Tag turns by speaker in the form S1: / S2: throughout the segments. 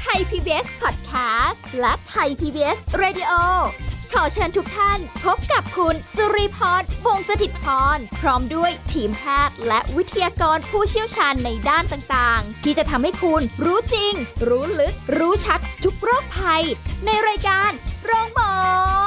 S1: ไทย PBS Podcast และไทย PBS Radio ขอเชิญทุกท่านพบกับคุณสุริพรวงศสถิตพร พร้อมด้วยทีมแพทย์และวิทยากรผู้เชี่ยวชาญในด้านต่างๆ ที่จะทำให้คุณรู้จริง รู้ลึก รู้ชัดทุกโรคภัย ในรายการโรงพยาบาล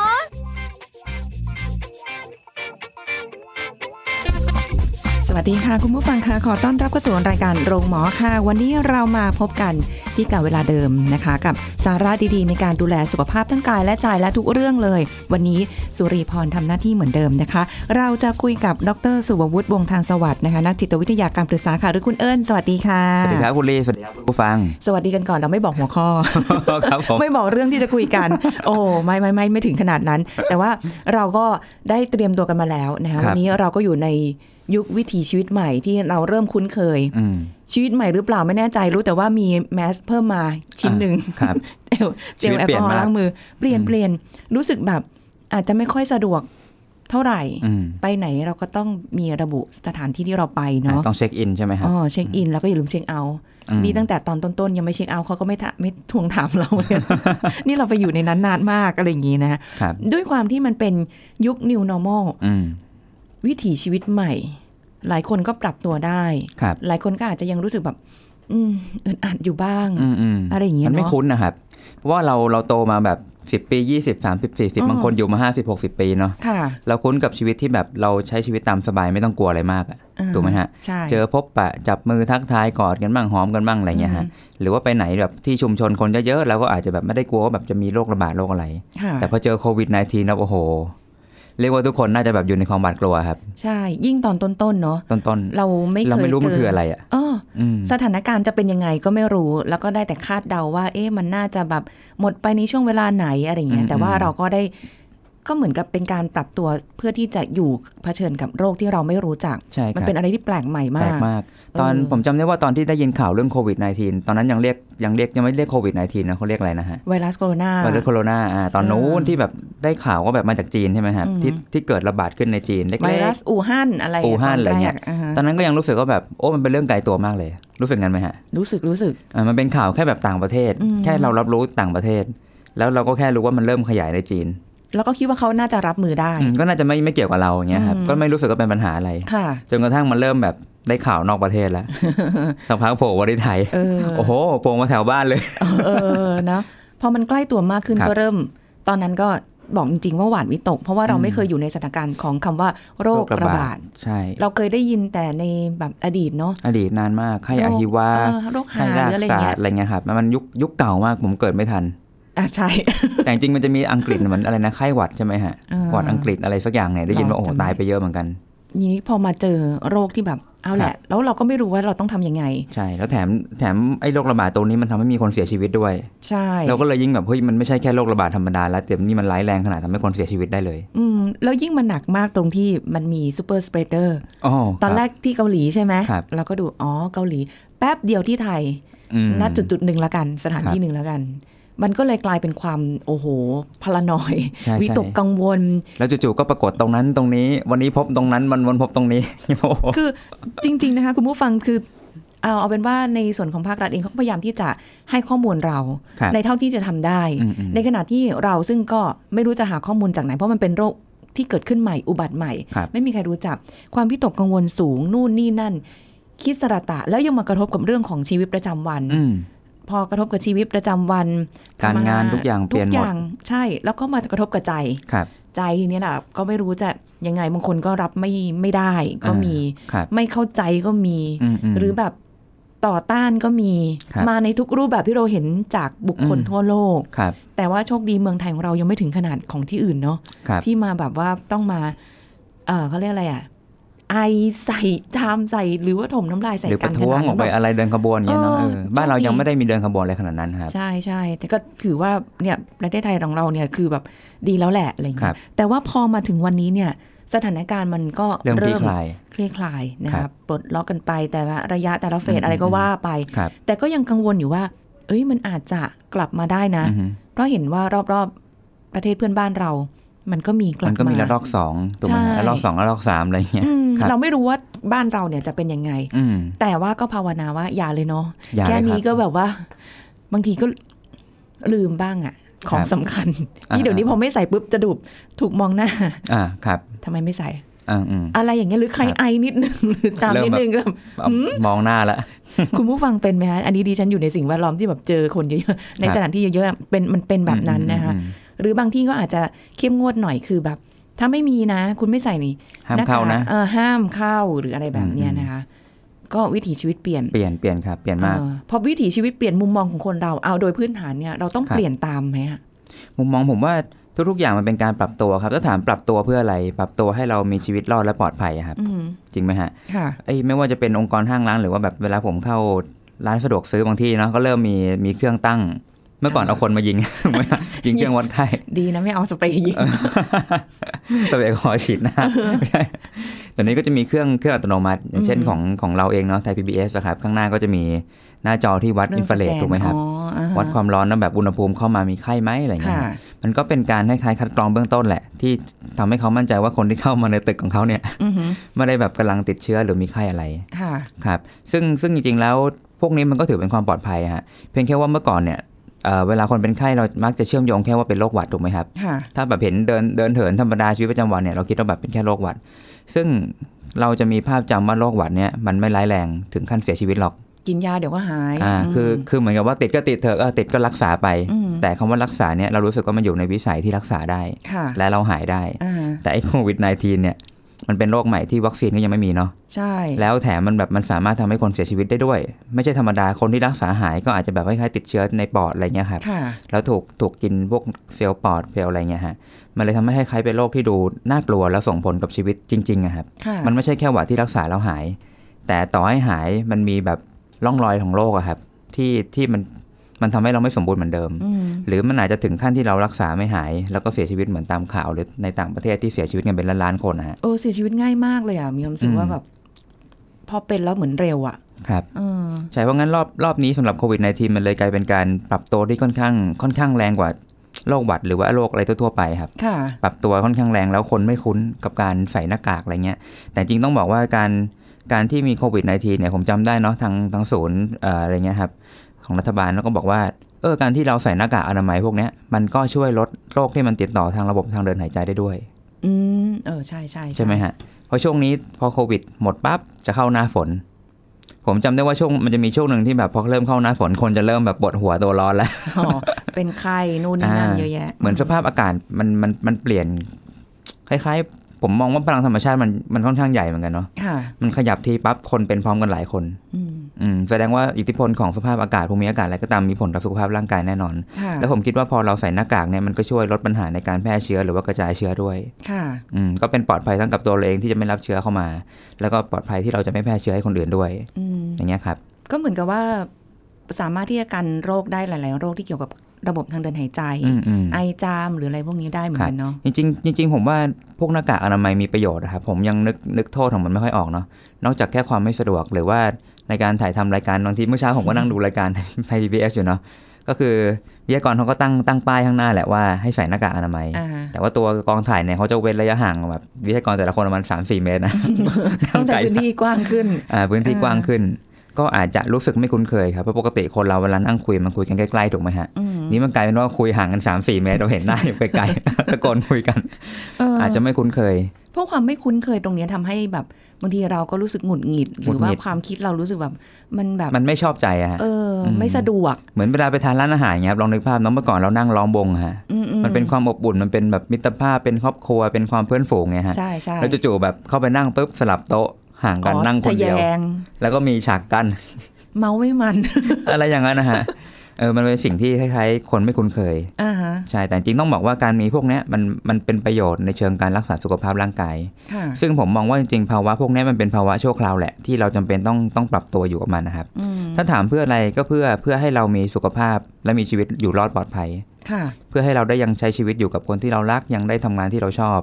S2: สวัสดีค่ะ คุณผู้ฟังค่ะขอต้อนรับเข้าสู่รายการโรงหมอค่ะ วันนี้เรามาพบกันที่กับเวลาเดิมนะคะ กับสาระดีๆ ในการดูแลสุขภาพทั้งกายและใจและทุกเรื่องเลย วันนี้สุริพรทำหน้าที่เหมือนเดิมนะคะ เราจะคุยกับดรสุวัวุฒิวงศ์ทางสวัสดิ์นะคะนักจิตวิทยาการปรึกษาค่ะหรือคุณเอิญสวัสดีค่ะ
S3: สวัสดีครับคุณลีสวัสดีครับคุณผู้ฟัง
S2: สวัสดีกันก่อนเราไม่บอกหัว ข้อ
S3: ครับผม
S2: ไม่บอกเรื่องที่จะคุยกัน โอ้ไม่ไม่ไม่ไม่ถึงขนาดนั้น แต่ว่าเราก็ได้เตรียมตัวกันมาแล้วนะคะ
S3: ครับ
S2: วันนี้เราก็อยู่ในยุควิถีชีวิตใหม่ที่เราเริ่มคุ้นเคย
S3: อืม
S2: ชีวิตใหม่หรือเปล่าไม่แน่ใจรู้แต่ว่ามีแมสเพิ่มมาชิ้นหนึ่ง
S3: ครับ
S2: เจลเจล
S3: ชีวิต
S2: แอล
S3: เปลี่
S2: ก
S3: ย
S2: อนฮอล์
S3: มาก
S2: ล้างมือ เปลี่ยนเปลี่ยนรู้สึกแบบ อาจจะไม่ค่อยสะดวกเท่าไหร่
S3: อืม
S2: ไปไหนเราก็ต้องมีระบุสถานที่ที่เราไป
S3: อ่ะ
S2: เนาะ
S3: ต้องเช็คอินใช่ไหมครับ
S2: อ๋อเช็คอินแล้วก็อย่าลืมเช็คเอาท์
S3: อืม
S2: นี่ตั้งแต่ตอนต้นๆ ยังไม่เช็คเอาท์เขาก็ไม่ทะไม่ทวงถามเราเลย นี่เราไปอยู่ในนั้นนานมากอะไรอย่างนี้นะ
S3: ครับ
S2: ด้วยความที่มันเป็นยุค new normal
S3: อืม
S2: วิถีชีวิตใหม่ หลายคนก็ปรับตัวได้
S3: ครับ
S2: หลายคนก็อาจจะยังรู้สึกแบบ อืมอึดอัดอยู่บ้าง
S3: อืมอืม
S2: อะไรอย่างเงี้ย
S3: มันไม่
S2: เนาะ
S3: คุ้นนะครับ เพราะว่าเราเราโตมาแบบสิบ10 ปียี่สิบสามสิบสี่สิบ
S2: อ๋อ
S3: บางคนอยู่มาห้าสิบหกสิบปีเนาะ
S2: ค่ะ
S3: เราคุ้นกับชีวิตที่แบบเราใช้ชีวิตตามสบายไม่ต้องกลัวอะไรมากอะ
S2: อ่า
S3: ถูกไหมฮะ
S2: ใช่
S3: เจอพบปะจับมือทักทายกอดกันบ้างหอมกันบ้างอะไรเงี้ยฮะ
S2: อืม
S3: หรือว่าไปไหนแบบที่ชุมชนคนเยอะๆเราก็อาจจะแบบไม่ได้กลัวว่าแบบจะมีโรคระบาดโรคอะไร
S2: ค่ะ
S3: แต่พอเจอโควิด -19 แล้วโอ้โหเรียกว่าทุกคนน่าจะแบบอยู่ในความหวาดกลัวครับ
S2: ใช่ ยิ่งตอนต้นๆ เนาะ
S3: ต้นๆ
S2: เราไม่เคย
S3: เราไม่รู้
S2: เจ
S3: มันคืออะไรอ่ะ
S2: เออ
S3: อืม
S2: สถานการณ์จะเป็นยังไงก็ไม่รู้ แล้วก็ได้แต่คาดเดาว่า เอ๊ะมันน่าจะแบบหมดไปในช่วงเวลาไหนอะไรอย่างเงี้ยแต่ว่าเราก็ได้ก็เหมือนกับเป็นการปรับตัวเพื่อที่จะอยู่เผชิญกับโรคที่เราไม่รู้จัก
S3: ใช่ค
S2: มัน
S3: รับ
S2: เป็นอะไรที่แปลกใหม่
S3: แปล
S2: มาก
S3: กมาก ตอน
S2: เออ
S3: ผมจำได้ว่าตอนที่ได้ยินข่าวเรื่องโควิด -19 ตอนนั้นยังเรียกยังเรียกยังไม่เรียกโควิด -19 นะเขาเรียกอะไรนะฮะ
S2: ไวรัสโคโรนา
S3: ไวรัสโคโรนาอ่าตอนนู้น
S2: เออ
S3: ที่แบบได้ข่าวว่าแบบมาจากจีนใช่ไหมครับ
S2: อืม
S3: ที่ที่เกิดระบาดขึ้นในจีนเล็ก
S2: ไวรัสอู่ฮั่นอะไร
S3: อู่ฮั่นอะไรเงี้ย
S2: ตแกอ่าฮะ
S3: ๆตอนนั้นก็ยังรู้สึกว่าแบบโอ้มันเป็นเรื่องไกลตัวมากเลย รู้สึกงั้นไหมฮะ
S2: รู้สึกรู้สึก
S3: อ่ามันเป็นข่าวแค่แบบต่างประเทศ
S2: อืม
S3: แค่เรารับรู้ต่างประเทศ แล้วเราก็แค่รู้ว่ามันเริ่มขยายในจีน
S2: แล้วก็คิดว่าเขาน่าจะรับมือได้
S3: อืมก็น่าจะไม่ไม่เกี่ยวกับเราอย่างเงี้ยครับ
S2: อืม
S3: ก็ไม่รู้สึกว่าเป็นปัญหาอะไร
S2: ค่ะ
S3: จนกระทั่งมันเริ่มแบบได้ข่าวนอกประเทศแล้ว สักพักโผล่มาที่ไทย
S2: เออ
S3: โอ้โหโผล่มาแถวบ้านเลย
S2: เออนะพอมันใกล้ตัวมากขึ้น
S3: ครับ
S2: ก็เริ่ม ตอนนั้นก็บอกจริงๆว่าหวาดวิตก เพราะว่าเราไม่เคยอยู่ในสถานการณ์ของคำว่าโรคระบาด
S3: ใช่
S2: เราเคยได้ยินแต่ในแบบอดีตเนาะ
S3: อดีตนานมากไข้
S2: โร
S3: อา
S2: ค
S3: ฮิวา
S2: เออโรคหาห
S3: ไข้
S2: รื
S3: ราก
S2: ออะไร
S3: ศาส
S2: เงี้
S3: ต
S2: ย
S3: ร์อะไรเงี้ยครับมันยุคยุคเก่ามากผมเกิดไม่ทัน
S2: อ่ะใช่
S3: แต่จริงๆมันจะมีอังกฤษเหมือนอะไรนะไข้หวัดใช่ไหมฮะ
S2: เออ
S3: หวัดอังกฤษอะไรสักอย่างเนี่ยได้ยินว่า
S2: เรา
S3: โอ้โห
S2: จำได้
S3: ตายไปเยอะเหมือนกัน
S2: นี้พอมาเจอโรคที่แบบเอาแหละ แล้วเราก็ไม่รู้ว่าเราต้องทำยังไง
S3: ใช่แล้วแถมแถมไอ้โรคระบาดตรงนี้มันทำให้มีคนเสียชีวิตด้วย
S2: ใช่
S3: เราก็เลยยิ่งแบบเฮ้ยมันไม่ใช่แค่โรคระบาดธรรมดาแล้วแต่นี่มันร้ายแรงขนาดทำให้คนเสียชีวิตได้เลย
S2: อืมแล้วยิ่งมันหนักมากตรงที่มันมีซูเปอร์สเปรดเดอร์
S3: อ๋อ
S2: ตอน
S3: คบ
S2: แรกที่เกาหลีใช่ไหม
S3: ครับ
S2: เราก็ดูอ๋อเกาหลี แป๊บเดียวที่ไทย
S3: อืม
S2: ณจุดจุดๆหนึ่งละกันสถานที่หนึ่งละกัน มันก็เลยกลายเป็นความโอ้โหพลานอยด์
S3: ใช่ใช่
S2: วิตกกังวล
S3: แล้วจู่ๆก็ปรากฏตรงนั้นตรงนี้ วันนี้พบตรงนั้นวันวันพบ ตรงนี้ โอ้โห
S2: คือจริง ๆ นะคะ คุณผู้ฟังคือเอาเอาเป็นว่าในส่วนของภาครัฐเองเขาก็พยายามที่จะให้ข้อมูลเรา
S3: ครับ
S2: ในเท่าที่จะทำได้
S3: อืมอืม
S2: ในขณะที่เราซึ่งก็ไม่รู้จะหาข้อมูลจากไหน เพราะมันเป็นโรคที่เกิดขึ้นใหม่อุบัติใหม่
S3: ครับ
S2: ไม่มีใครรู้จัก ความพิตกกังวลสูงนู่นนี่นั่น คิดสระตะแล้วยังมากระทบกับเรื่องของชีวิตประจำวัน
S3: อืม
S2: พอกระทบกับชีวิตประจำวัน
S3: การงาน
S2: ทำม
S3: ทุกอย่างเปลี่ยนหมด
S2: ทุกอย่างใช่แล้วก็มากระทบกับใจ
S3: ครับ
S2: ใจทีเนี้ยนะก็ไม่รู้จะยังไงบางคนก็รับไม่ไม่ได้ก็
S3: อ่ามี
S2: มี
S3: ครับ
S2: ไม่เข้าใจก็มี
S3: มม
S2: หรือแบบต่อต้านก็มี
S3: ครับ
S2: มาในทุกรูปแบบที่เราเห็นจากบุคคล
S3: อืม
S2: ทั่วโลก
S3: ครับ
S2: แต่ว่าโชคดีเมืองไทยของเรายังไม่ถึงขนาดของที่อื่นเนาะ
S3: ครับ
S2: ที่มาแบบว่าต้องมา เออเขาเรียกอะไรอะไอใส่จามใส่หรือว่าถมน้ำลายใส่
S3: หรือป
S2: กัน
S3: ระ
S2: ข
S3: ท้วง
S2: นาด
S3: อ
S2: นั้
S3: อก
S2: น
S3: ไป
S2: แบบ
S3: อะไรเดินขบวนอย่างเงี้ยเนาะ
S2: เออ
S3: เออบ้านเรา
S2: โชคดี
S3: ยังไม่ได้มีเดินขบวนอะไรขนาดนั้นครับ
S2: ใช่ใช่แต่ก็ถือว่าเนี่ยประเทศไทยของเราเนี่ยคือแบบดีแล้วแหละอะไร
S3: ครั
S2: เงี้
S3: บ
S2: ยแต่ว่าพอมาถึงวันนี้เนี่ย สถานการณ์มันก็
S3: เริ่มคลี่
S2: เริ่ม
S3: คลาย
S2: คลี่คลายนะ
S3: ค
S2: คะ
S3: รับ
S2: ปลดล็อกกันไปแต่ละระยะแต่ละเฟ
S3: อื
S2: ส
S3: ม
S2: อะไรก็
S3: อืม
S2: ว่าไป
S3: ครับ
S2: แต่ก็ยังกังวลอยู่ว่า เอ้ยมันอาจจะกลับมาได้นะ
S3: อือฮึ
S2: เพราะเห็นว่ารอบๆประเทศเพื่อนบ้านเรา มันก็มีกลับ
S3: มันก็มี
S2: มา
S3: ระลอกสองถูกไหม
S2: ใช่
S3: ฮะระลอกสองระลอกสามอะไรเงี้ย
S2: อืม
S3: ครับ
S2: เราไม่รู้ว่าบ้านเราเนี่ยจะเป็นยังไง
S3: อืม
S2: แต่ว่าก็ภาวนาว่าอย่าเลยเนาะ
S3: อย่า
S2: แค่
S3: เลย
S2: นี้
S3: รับ
S2: ก็แบบว่า บางทีก็ลืมบ้างอะของ
S3: ครับ
S2: สำคัญ
S3: อ่า
S2: ที่เดี๋ยวนี้พอไม่ใส่ปุ๊บจะดูถูกมองหน้า
S3: อ่าครับ
S2: ทำไมไม่ใส่
S3: อ่าอืม
S2: อะไรอย่างเงี้ยหรือใคร
S3: ครับ
S2: ไอนิดนึง หรือจาม
S3: เริ่ม
S2: นิดนึงก็แบบ
S3: เอามองหน้าละ
S2: คุณผู้ฟังเป็นไหมฮะอันนี้ดิฉันอยู่ในสิ่งแวดล้อมที่แบบเจอคนเยอะๆใน
S3: ครับ
S2: สถานที่เยอะๆเป็นมันเป็นแบบนั้นนะคะ
S3: อืมอืมอืม
S2: หรือบางที่ก็อาจจะเข้มงวดหน่อยคือแบบ ถ้าไม่มีนะ คุณไม่ใส่นี่
S3: ห้าม
S2: หก
S3: เข้าก นะ
S2: เออห้ามเข้าหรืออะไรแบบเนี้ย
S3: อืม
S2: นะคะ ก็วิถีชีวิตเปลี่ยน
S3: เปลี่ยนเปลี่ยนครับ เปลี่ยนมาก
S2: เออพอวิถีชีวิตเปลี่ยนมุมมองของคนเราเอาโดยพื้นฐานเนี่ยเราต้อง
S3: ครับ
S2: เปลี่ยนตามไหมฮะ
S3: มุมมองผมว่าทุกๆอย่างมันเป็นการปรับตัวครับถ้าถามปรับตัวเพื่ออะไร ปรับตัวให้เรามีชีวิตรอดและปลอดภัยอะครับ
S2: อืม
S3: จริงไหมฮะ
S2: ค่ะ
S3: ไอ้ยไม่ว่าจะเป็นองค์กรห้างร้านหรือว่าแบบเวลาผมเข้าร้านสะดวกซื้อบางที่เนาะก็เริ่มมีมีเครื่องตั้ง เมื่อก่อน
S2: อ่า
S3: เอาคนมายิง ยิงเครื่องวัดไข้
S2: ดีนะไม่เอาสเปรย์ยิง
S3: ตัวเองขอล์ฉีดหนะ ไม่ใช่แต่นี้ก็จะมีเครื่องเครื่องอัตโนมัติ อย่างเช่น
S2: อืม
S3: ของของเราเองเนาะไทยพีบีเอสครับข้างหน้าก็จะมีหน้าจอที่วัดอินฟราเรดถูกไหมครับ
S2: อ๋ออ่ฮะ
S3: วัดความร้อนแล้วแบบอุณหภูมิเข้ามามีไข้ไหมอะไรอย่างเงี้
S2: ค่ะ
S3: ยมันก็เป็นการคล้ายๆคัดกรองเบื้องต้นแหละ ที่ทำให้เขามั่นใจว่าคนที่เข้ามาในตึกของเขาเนี่ย
S2: อือหือ
S3: ไม่ได้แบบกำลังติดเชื้อหรือมีไข้อะไร
S2: ค่ะ
S3: ครับซึ่งซึ่งจริงๆ แล้วพวกนี้มันก็ถือเป็นความปลอดภัยฮะเพียงแค่ว่าเมื่อก่อนเนี่ยเอ่อเวลาคนเป็นไข้เรามักจะเชื่อมโยงแค่ว่าเป็นโรคหวัดถูกไหมครับ
S2: ค่ะ
S3: ถ้าแบบเห็นเดินเดินเถินธรรมดาชีวิตประจำวันเนี่ยเราคิดว่าแบบเป็นแค่โรคหวัด ซึ่งเราจะมีภาพจำว่าโรคหวัดเนี่ยมันไม่ร้ายแรงถึงขั้นเสียชีวิตหรอก
S2: กินยาเดี๋ยวก็หาย
S3: อ่าคือคือเหมือนกับว่าติดก็ติดเถอะเออติดก็รักษาไป
S2: อืม
S3: แต่คำว่ารักษาเนี่ยเรารู้สึกว่ามันอยู่ในวิสัยที่รักษาได้
S2: ค่ะ
S3: และเราหายได้
S2: อ่า
S3: แต่ไอ้โควิด -19 เนี่ยมันเป็นโรคใหม่ที่วัคซีนก็ยังไม่มีเนาะ
S2: ใช่
S3: แล้วแถมมันแบบมันสามารถทำให้คนเสียชีวิตได้ด้วย ไม่ใช่ธรรมดาคนที่รักษาหายก็อาจจะแบบคล้ายๆติดเชื้อในปอดอะไรเงี้ยครับ
S2: ค่ะ
S3: แล้วถูกถูกกินพวกเซลล์ปอดเซลล์อะไรเงี้ยฮะมันเลยทำให้คล้ายๆเป็นโรคที่ดูน่ากลัวแล้วส่งผลกับชีวิตจริงๆอะครับ
S2: ค่ะ
S3: มันไม่ใช่แค่หวัดที่รักษาแล้วหาย แต่ต่อให้หายมันมีแบบร่องรอยของโรคอะครับที่ที่มันมันทำให้เราไม่สมบูรณ์เหมือนเดิม
S2: อืม
S3: หรือมันอาจจะถึงขั้นที่เรารักษาไม่หาย แล้วก็เสียชีวิตเหมือนตามข่าวหรือในต่างประเทศที่เสียชีวิตกันเป็นล้านๆคนนะฮะ
S2: เออเสียชีวิตง่ายมากเลยอ่ะ มีความรู้สึก
S3: อืม
S2: ว่าแบบ พอเป็นแล้วเหมือนเร็วอ่ะ
S3: ครับ
S2: เออ
S3: ใช่เพราะงั้นรอบรอบนี้สำหรับโควิด -19 มันเลยกลายเป็นการปรับตัวที่ค่อนข้างค่อนข้างแรงกว่าโรคหวัดหรือว่าโรคอะไรทั่วๆไปครับ
S2: ค่ะ
S3: ปรับตัวค่อนข้างแรงแล้วคนไม่คุ้นกับการใส่หน้ากากอะไรเงี้ย แต่จริงต้องบอกว่าการการที่มีโควิด -19 เนี่ยผมจำได้เนาะทางทางศูนย์เอ่ออะไรเงี้ยครับของรัฐบาลแล้วก็บอกว่าเออการที่เราใส่หน้ากากอนามัยพวกเนี้ยมันก็ช่วยลดโรคที่มันติดต่อทางระบบทางเดินหายใจได้ด้วย
S2: อืม เออ ใช่ใช่
S3: ใช่ไหมฮะเพราะช่วงนี้พอโควิดหมดปั๊บจะเข้าหน้าฝน ผมจำได้ว่าช่วงมันจะมีช่วงหนึ่งที่แบบพอเริ่มเข้าหน้าฝนคนจะเริ่มแบบปวดหัวตัวร้อนแล้ว
S2: อ๋อเป็นไข้นู่นนี่นั่น
S3: อ่า
S2: เยอะแยะ
S3: เหมือนสภาพอากาศมันมันมันเปลี่ยน คล้ายๆ ผมมองว่าพลังธรรมชาติมันมันค่อนข้างใหญ่เหมือนกันเนาะ
S2: ค่ะ
S3: มันขยับทีปั๊บคนเป็นพร้อมกันหลายคน
S2: อืม
S3: อืมแสดงว่าอิทธิพลของสภาพอากาศภูมิอากาศอะไรก็ตามมีผลต่อสุขภาพร่างกายแน่นอน
S2: ค่ะ
S3: แล้วผมคิดว่าพอเราใส่หน้ากากเนี่ยมันก็ช่วยลดปัญหาในการแพร่เชื้อหรือว่ากระจายเชื้อด้วย
S2: ค่ะ
S3: อืมก็เป็นปลอดภัยทั้งกับตัวเราเองที่จะไม่รับเชื้อเข้ามา แล้วก็ปลอดภัยที่เราจะไม่แพร่เชื้อให้คนอื่นด้วย
S2: อืม
S3: อย่างเงี้ยครับ
S2: ก็เหมือนกับว่า สามารถที่จะกันโรคได้หลาย ๆ โรคที่เกี่ยวกับระบบทางเดินหายใจ
S3: อืมอืม
S2: ไอจามหรืออะไรพวกนี้ได้เหมือนกันเนาะ
S3: จริงๆจริงๆผมว่าพวกหน้ากากอนามัยมีประโยชน์นะครับ ผมยังนึกนึกโทษของมันไม่ค่อยออกเนาะนอกจากแค่ความไม่สะดวกหรือว่าในการถ่ายทำรายการบางทีเมื่อเช้าผมก็นั่งดูรายการ ไทยพีบีเอสอยู่เนาะก็คือวิทยากรเขาก็ตั้งตั้งป้ายข้างหน้าแหละว่าให้ใส่หน้ากากอนามัย
S2: อ่า
S3: แต่ว่าตัวกองถ่ายเนี่ยเขาจะเว้นระยะห่างแบบวิทยากรแต่ละคนประมาณสามสี่เมตรนะ
S2: ต้องใช้พื้นที่กว้างขึ้น
S3: อ่าพื้นที่
S2: อ่า
S3: กว้างขึ้น ก็อาจจะรู้สึกไม่คุ้นเคยครับเพราะปกติคนเราเวลานั่งคุยมันคุยกันใกล้ๆถูกไหมฮะ
S2: อืม
S3: นี่มันกลายเป็นว่าคุยห่างกัน 3 4 เมตรเราเห็นหน้า อยู่ไกลๆ ตะโกนคุยกัน
S2: เ
S3: อาจจะไม่คุ้นเคย
S2: เพราะความไม่คุ้นเคยตรงเนี้ยทำให้แบบบางทีเราก็รู้สึกหงุดหงิด หรือว่า
S3: หงุดหงิด
S2: ความคิดเรารู้สึกแบบมันแบบ
S3: มันไม่ชอบใจอะฮะ
S2: เอออ
S3: ม
S2: ไม่สะดวก
S3: เหมือนเวลาไปทานร้านอาหารเงี้ยครับลองนึกภาพเน้องเมื่อก่อนเรานั่งล้อมวงฮะ
S2: อืๆ
S3: มันเป็นความอบอุ่นมันเป็นแบบมิตรภาพเป็นครอบครัวเป็นความเพื่อนฝูงไงฮะ
S2: ใช่ใช่
S3: แล้วจู่ๆแบบเข้าไปนั่งปุ๊บสลับโต๊ะห่างกัน
S2: อ๋อ
S3: นั่งคนเดียว
S2: ทะแง
S3: แล้วก็มีฉากกั้น
S2: เมาไม่มัน
S3: อะไรอย่างนั้นนะฮะเออมันเป็นสิ่งที่คล้ายๆคนไม่คุ้นเคย
S2: อ่าฮะ
S3: ใช่ แต่จริงต้องบอกว่าการมีพวกเนี้ยมันมันเป็นประโยชน์ในเชิงการรักษาสุขภาพร่างกาย
S2: ค่ะ
S3: ซึ่งผมมองว่าจริงๆภาวะพวกเนี้ยมันเป็นภาวะชั่วคราวแหละที่เราจำเป็นต้องต้องปรับตัวอยู่กับมันนะครับ
S2: อืม
S3: ถ้าถามเพื่ออะไรก็เพื่อเพื่อให้เรามีสุขภาพและมีชีวิตอยู่รอดปลอดภัย
S2: ค่ะ
S3: เพื่อให้เราได้ยังใช้ชีวิตอยู่กับคนที่เรารักยังได้ทำงานที่เราชอบ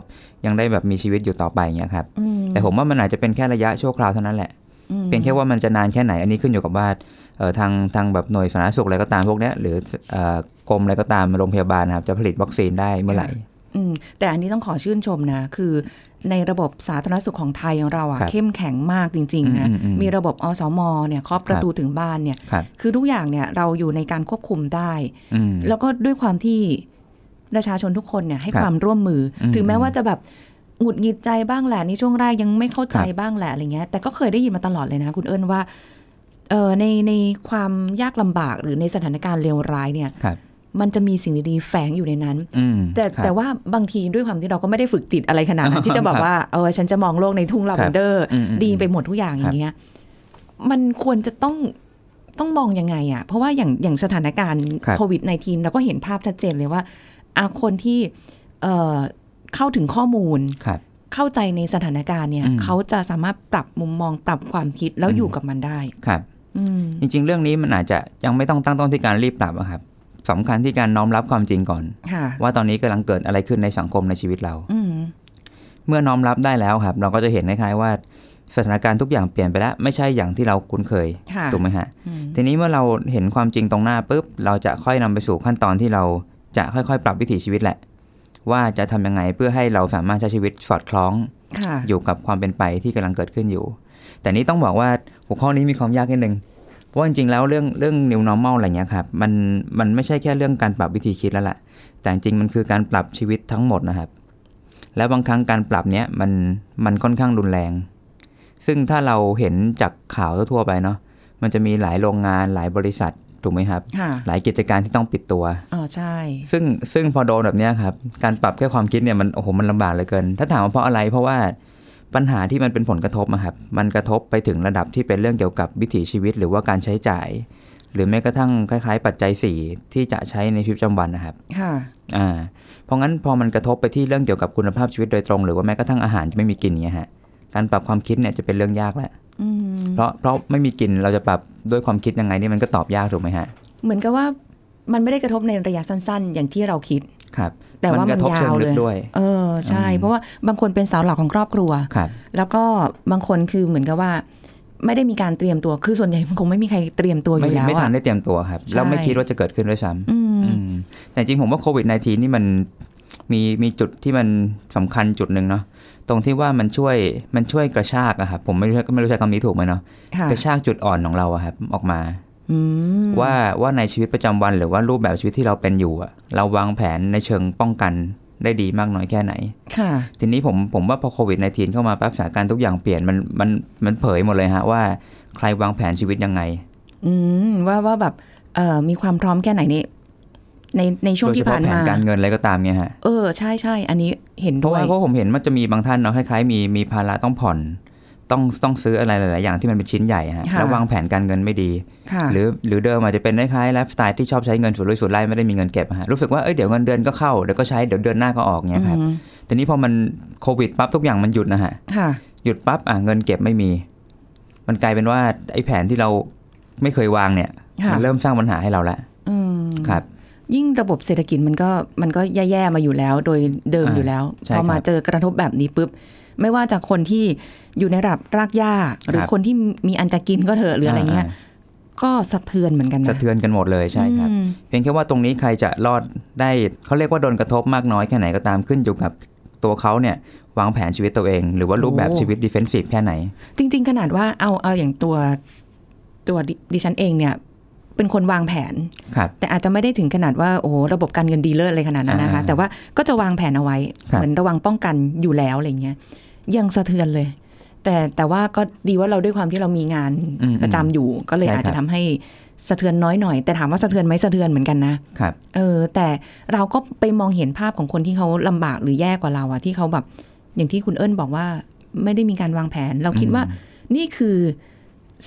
S3: ยังได้แบบมีชีวิตอยู่ต่อไปเงี้ยครับ
S2: อื
S3: แต่ผมว่ามันอาจจะเป็นแค่ระยะชั่วคราวเท่านั้นแหละ
S2: อืม
S3: เพียงแค่ว่ามันจะนานแค่ไหนอันนี้ขึ้นอยู่กับว่าเอ่อทางทางแบบหน่วยสาธารณสุขอะไรก็ตามพวกเนี้ยหรือเอ่อกรมอะไรก็ตามโรงพยาบาลนะครับจะผลิตวัคซีนได้เมื่อไหร่
S2: อืมแต่อันนี้ต้องขอชื่นชมนะ คือในระบบสาธารณสุขของไทยของเราอะ
S3: ครับ
S2: เข้มแข็งมากจริง ๆ นะ
S3: อืมอืมอืม
S2: มีระบบอสมเนี่ยเคาะประ
S3: ครับ
S2: ตูถึงบ้านเนี่ย
S3: ครับ
S2: คือทุกอย่างเนี่ยเราอยู่ในการควบคุมได้
S3: อืม
S2: แล้วก็ด้วยความที่ประชาชนทุกคนเนี่ยให้
S3: ครับ
S2: ความร่วมมืออ
S3: ม
S2: ถึงแม้ว่าจะแบบหงุดหงิดใจบ้างแหละในช่วงแรกยังไม่เข้าใจ
S3: ครับ
S2: บ้างแหละอะไรเงี้ยแต่ก็เคยได้ยินมาตลอดเลยนะ คุณเอิญว่าเออในในความยากลำบากหรือในสถานการณ์เลวร้ายเนี่ย
S3: ครับ
S2: มันจะมีสิ่งดีๆแฝงอยู่ในนั้น
S3: อืม
S2: แต่
S3: ครับ
S2: แต่ว่าบางทีด้วยความที่เราก็ไม่ได้ฝึกจิตอะไรขนาดนั้น ที่จะบอกว่าเออฉันจะมองโลกในทุ่งลาเวนเดอร์
S3: อืมอืม
S2: ดีไปหมดทุกอย่างอย่างเงี้ยมันควรจะต้องต้องมองยังไงอะ่ะ เพราะว่าอย่างอย่างสถานการณ์
S3: ครับ
S2: โควิด -19 เราก็เห็นภาพชัดเจนเลยว่าอาคนที่เอ่อเข้าถึงข้อมูล
S3: ครับ
S2: เข้าใจในสถานการณ์เนี่ย
S3: อืม
S2: เขาจะสามารถปรับมุมมองปรับความคิดแล้ว
S3: อืม
S2: อยู่กับมันได้
S3: ครับ
S2: อืม
S3: จริง ๆ เรื่องนี้มันอาจจะยังไม่ต้องตั้งต้นที่การรีบปรับอะครับสำคัญที่การน้อมรับความจริงก่อน
S2: ค่ะ
S3: ว่าตอนนี้กำลังเกิดอะไรขึ้นในสังคมในชีวิตเรา
S2: อืม
S3: เมื่อน้อมรับได้แล้วครับ เราก็จะเห็นคล้ายๆว่าสถานการณ์ทุกอย่างเปลี่ยนไปแล้ว ไม่ใช่อย่างที่เราคุ้นเคย
S2: ค่ะ
S3: ถูกไหมฮะ
S2: อืม
S3: ทีนี้เมื่อเราเห็นความจริงตรงหน้าปุ๊บเราจะค่อยนำไปสู่ขั้นตอนที่เราจะค่อยๆ ปรับวิถีชีวิตแหละ ว่าจะทำยังไงเพื่อให้เราสามารถใช้ชีวิตสอดคล้อง
S2: ค่ะ
S3: อยู่กับความเป็นไปที่กำลังเกิดขึ้นอยู่ แต่นี่ต้องบอกว่าหัวข้อนี้มีความยากนิดนึง เพราะว่าจริงๆ แล้วเรื่องเรื่อง new normal อะไรเงี้ยครับ มันมันไม่ใช่แค่เรื่องการปรับวิธีคิดแล้วล่ะ แต่จริงๆ มันคือการปรับชีวิตทั้งหมดนะครับ แล้วบางครั้งการปรับเนี้ยมันมันค่อนข้างรุนแรง ซึ่งถ้าเราเห็นจากข่าวทั่วๆไปเนาะ มันจะมีหลายโรงงานหลายบริษัทถูกไหมครับ
S2: ค่ะ
S3: หลายกิจการที่ต้องปิดตัว
S2: อ๋อใช่
S3: ซึ่งซึ่งพอโดนแบบเนี้ยครับ การปรับแค่ความคิดเนี่ยมันโอ้โหมันลำบากเหลือเกิน ถ้าถามว่าเพราะอะไรเพราะว่าปัญหาที่มันเป็นผลกระทบนะครับ มันกระทบไปถึงระดับที่เป็นเรื่องเกี่ยวกับวิถีชีวิต หรือว่าการใช้จ่าย หรือแม้กระทั่งคล้ายๆ ปัจจัยสี่ที่จะใช้ในชีวิตประจำวันนะครับ
S2: ค่ะ
S3: อ่าเพราะงั้นพอมันกระทบไปที่เรื่องเกี่ยวกับคุณภาพชีวิตโดยตรง หรือว่าแม้กระทั่งอาหารจะไม่มีกินเนี่ยฮะการปรับความคิดเนี่ยจะเป็นเรื่องยากแหละ
S2: อืม
S3: เพราะเพราะไม่มีกินเราจะปรับด้วยความคิดยังไงนี่มันก็ตอบยากถูกไหมฮะ
S2: เหมือนกับว่ามันไม่ได้กระทบในระยะสั้น ๆ อย่างที่เราคิด
S3: ครับ
S2: แต่ว่ามัน
S3: กระทบ
S2: ยา
S3: เชิง
S2: ว
S3: ลึ
S2: เล
S3: ก
S2: ย
S3: ด้วย
S2: เออใช่ เพราะว่าบางคนเป็นเสาหลักของครอบครัว
S3: ครับ
S2: แล้วก็บางคนคือเหมือนกับว่า ไม่ได้มีการเตรียมตัวคือส่วนใหญ่มันคงไม่มีใครเตรียมตัวอ
S3: ไม่
S2: ยู่แล้ว
S3: ไม่ทั
S2: อะ
S3: นได้เตรียมตัวครับ
S2: ใช่
S3: แล้วไม่คิดว่าจะเกิดขึ้นด้วยซ้
S2: อืม
S3: ำอืมแต่จริงผมว่าโควิด -19 นี่มันมีมีจุดที่มันสำคัญจุดหนึ่งเนาะตรงที่ว่ามันช่วยมันช่วยกระชากอะครับผมไม่รู้ไม่รู้ใช้คำนี้ถูกไหมเนาะ
S2: ค่ะ
S3: กระชากจุดอ่อนของเราอะครับออกมา
S2: อืม
S3: ว่าว่าในชีวิตประจำวันหรือว่ารูปแบบชีวิตที่เราเป็นอยู่อะเราวางแผนในเชิงป้องกันได้ดีมากน้อยแค่ไหน
S2: ค่ะ
S3: ทีนี้ผมผมว่าพอโควิด -19 เข้ามาปั๊บสถานการณ์ทุกอย่างเปลี่ยนมันมันมันเผยหมดเลยฮะว่าใครวางแผนชีวิตยังไง
S2: อืมว่าว่าแบบเอ่อมีความพร้อมแค่ไหนในในในช่วง
S3: โดยเฉ
S2: ที่ผ่า
S3: พาะ
S2: น
S3: แผน
S2: มา
S3: การเงินอะไรก็ตามเนี่ยฮะ
S2: เออใช่ใช่อันนี้เห็น
S3: เพ
S2: ด้
S3: ราะ
S2: ว
S3: ว่าย เพราะผมเห็นมันจะมีบางท่านเนาะคล้ายๆมีมีภาระต้องผ่อน ต้องต้องซื้ออะไรหลาย ๆ อย่างที่มันเป็นชิ้นใหญ่ฮะ
S2: ค่ะ
S3: แล้ววางแผนการเงินไม่ดี
S2: ค่ะ
S3: หรือหรือเดิมอาจจะเป็นคล้ายๆไลฟ์สไตล์ที่ชอบใช้เงินสุรุ่ยสุร่ายไม่ได้มีเงินเก็บอะฮะรู้สึกว่าเอ้ยเดี๋ยวเงินเดือนก็เข้าเดี๋ยวก็ใช้เดี๋ยวเดือนหน้าก็ออกเงี้ยครับ
S2: อืม
S3: แต่นี้พอมันโควิดปั๊บทุกอย่างมันหยุดนะฮะ
S2: ค่ะ
S3: หยุดปั๊บอ่ะเงินเก็บไม่มี มันกลายเป็นว่าไอ้แผนที่เราไม่เคยวางเนี่ย
S2: ค่ะ
S3: มันเริ่มสร้างปัญหาให้เราละ
S2: อืม
S3: ครับ
S2: ยิ่งระบบเศรษฐกิจมันก็มันก็แย่ๆมาอยู่แล้วโดยเดิม
S3: อ่า
S2: อยู่แล้ว
S3: ใช่
S2: พอมา
S3: ครับ
S2: เจอกระทบแบบนี้ปุ๊บ ไม่ว่าจากคนที่อยู่ในระดับรากหญ้า หรือ
S3: ครับ
S2: คนที่มีอันจะกินก็เถอะหรืออะไรเงี้ย ก็สะเทือนเหมือนกัน
S3: อ่า
S2: นะ
S3: สะเทือนกันหมดเลยใช่ครับ
S2: อืม
S3: เพียงแค่ว่าตรงนี้ใครจะรอดได้เขาเรียกว่าโดนกระทบมากน้อยแค่ไหนก็ตามขึ้นอยู่กับตัวเขาเนี่ยวางแผนชีวิตตัวเอง หรือว่ารูปแบบชีวิตดิเฟนซีฟแค่ไหน
S2: จริง ๆ ขนาดว่าเอาเอาอย่างตัวตัวดิดิฉันเองเนี่ย เป็นคนวางแผน
S3: ครับ
S2: แต่อาจจะไม่ได้ถึงขนาดว่าโอ้โหระบบการเงินดีเลิศอะไรขนาดนั้นนะคะ
S3: อ่า
S2: แต่ว่าก็จะวางแผนเอาไว้
S3: ครับ
S2: เหมือนระวังป้องกันอยู่แล้วอะไรเงี้ยยังสะเทือนเลย แต่แต่ว่าก็ดีว่าเราด้วยความที่เรามีงาน
S3: อืม
S2: ประจำอยู่ ก็เลย
S3: ใช่ครับ
S2: อาจจะทำให้สะเทือนน้อยหน่อย แต่ถามว่าสะเทือนไหมสะเทือนเหมือนกันนะ
S3: ครับ
S2: เออแต่เราก็ไปมองเห็นภาพของคนที่เขาลำบากหรือแย่กว่าเราอะที่เขาแบบ อย่างที่คุณเอิญบอกว่าไม่ได้มีการวางแผน เราคิดว่านี่คือ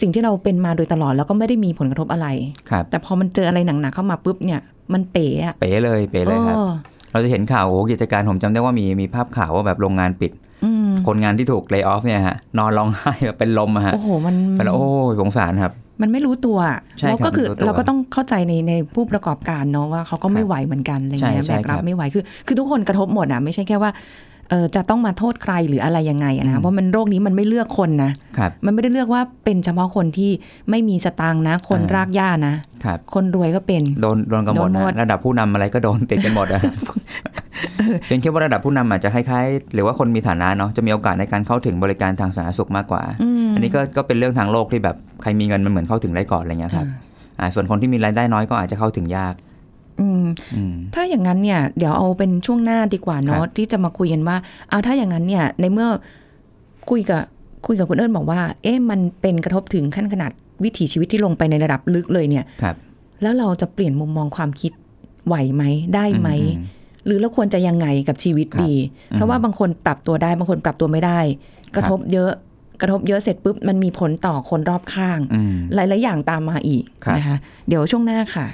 S2: สิ่งที่เราเป็นมาโดยตลอด แล้วก็ไม่ได้มีผลกระทบอะไร
S3: ครับ
S2: แต่พอมันเจออะไรหนักๆเข้ามาปุ๊บเนี่ย มันเป๋อะ
S3: เป๋เลยเป๋เลยครับ
S2: ออ
S3: เราจะเห็นข่าวโอ้โหกิจการผมจำได้ว่ามีมีภาพข่าวว่าแบบโรงงานปิด
S2: อืม
S3: คนงานที่ถูกเล y o ออฟเนี่ยฮะนอนร้องไห้แบบเป็นลมอะฮะ
S2: โอ้โหมัน
S3: มันโอ้ยสงสารครับ
S2: มันไม่รู้ตัวอะ
S3: ใช่ครับ
S2: แล้วก็คือ
S3: ไม่รู้ตัว
S2: เราก็ต้องเข้าใจในในผู้ประกอบการเนาะว่าเขาก็ไม่
S3: ครับ
S2: ไหวเหมือนกันอะไรเงี้ยแบ
S3: ใช่ใช่
S2: กรับ
S3: ครับ
S2: ไม่ไหวคือ คือทุกคนกระทบหมดอะไม่ใช่แค่ว่าเออจะต้องมาโทษใครหรืออะไรยังไงอะ
S3: อื
S2: นะ
S3: ม
S2: เพราะมันโรคนี้มันไม่เลือกคนนะ
S3: ครับ
S2: มันไม่ได้เลือกว่าเป็นเฉพาะคนที่ไม่มีสตางค์นะ คน
S3: อ่าร
S2: รากหญ้านะ
S3: ครับ
S2: คนรวยก็เป็น
S3: โดนโดนกันหมด
S2: โดนหมด
S3: นะระดับผู้นำอะไรก็โดนติดกันหมดอะ เพียงแค่ว่าระดับผู้นำอาจจะคล้ายๆ หรือว่าคนมีฐานะเนาะจะมีโอกาสในการเข้าถึงบริการทางสาธารณสุขมากกว่า
S2: ม
S3: อันนี้ก็ก็เป็นเรื่องทางโลกที่แบบใครมีเงินมันเหมือนเข้าถึงได้ก่อนอะไรเงี้ยครับอ่าส่วนคนที่มีรายได้น้อยก็อาจจะเข้าถึงยาก
S2: อืม
S3: อืม
S2: ถ้าอย่างนั้นเนี่ยเดี๋ยวเอาเป็นช่วงหน้าดีกว่าเนาะ
S3: ครับ
S2: ที่จะมาคุยกันว่าเอาถ้าอย่างนั้นเนี่ยในเมื่อคุยกับคุยกับคุณเอิญบอกว่า เอ๊ะมันเป็นกระทบถึงขั้นขนาดวิถีชีวิตที่ลงไปในระดับลึกเลยเนี่ย
S3: ครับ
S2: แล้วเราจะเปลี่ยนมุมมองความคิดไหวไหมได้ไหม
S3: อือื
S2: หรือเราควรจะยังไงกับชีวิต
S3: ครับ
S2: ดี เพราะว่าบางคนปรับตัวได้บางคนปรับตัวไม่ได้ กระทบเยอะกระทบเยอะเสร็จปุ๊บมันมีผลต่อคนรอบข้าง
S3: อืม
S2: หลาย ๆ อย่างตามมาอีก
S3: ครับ
S2: นะคะเดี๋ยวช่วงหน้าค่ะ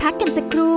S1: พักกันสักครู่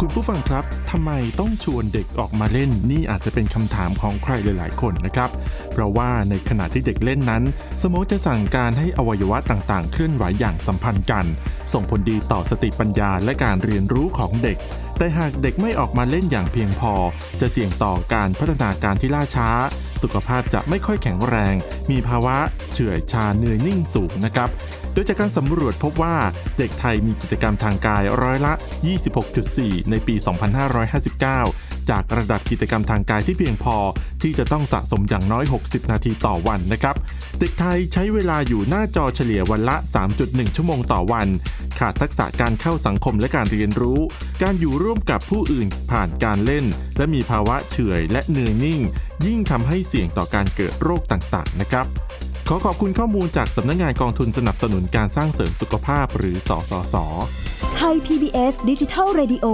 S4: คุณผู้ฟังครับ ทำไมต้องชวนเด็กออกมาเล่น นี่อาจจะเป็นคำถามของใครหลาย ๆ คนนะครับ เพราะว่าในขณะที่เด็กเล่นนั้น สมองจะสั่งการให้อวัยวะต่าง ๆ เคลื่อนไหวอย่างสัมพันธ์กัน ส่งผลดีต่อสติปัญญาและการเรียนรู้ของเด็ก แต่หากเด็กไม่ออกมาเล่นอย่างเพียงพอ จะเสี่ยงต่อการพัฒนาการที่ล่าช้า สุขภาพจะไม่ค่อยแข็งแรง มีภาวะเฉื่อยชาเหนื่อยนิ่งสูงนะครับ โดยจากการสำรวจพบว่าเด็กไทยมีกิจกรรมทางกายร้อยละ 26.4 ในปี 2559 จากระดับกิจกรรมทางกายที่เพียงพอที่จะต้องสะสมอย่างน้อย 60 นาทีต่อวันนะครับ เด็กไทยใช้เวลาอยู่หน้าจอเฉลี่ยวันละ 3.1 ชั่วโมงต่อวัน ขาดทักษะการเข้าสังคมและการเรียนรู้ การอยู่ร่วมกับผู้อื่นผ่านการเล่น และมีภาวะเฉื่อยและเหนื่อยนิ่ง ยิ่งทำให้เสี่ยงต่อการเกิดโรคต่างๆ นะครับ ขอขอบคุณข้อมูลจากสำนักงานกองทุนสนับสนุนการสร้างเสริมสุขภาพหรือสสส
S5: ไทย PBS ดิจิทัล Radio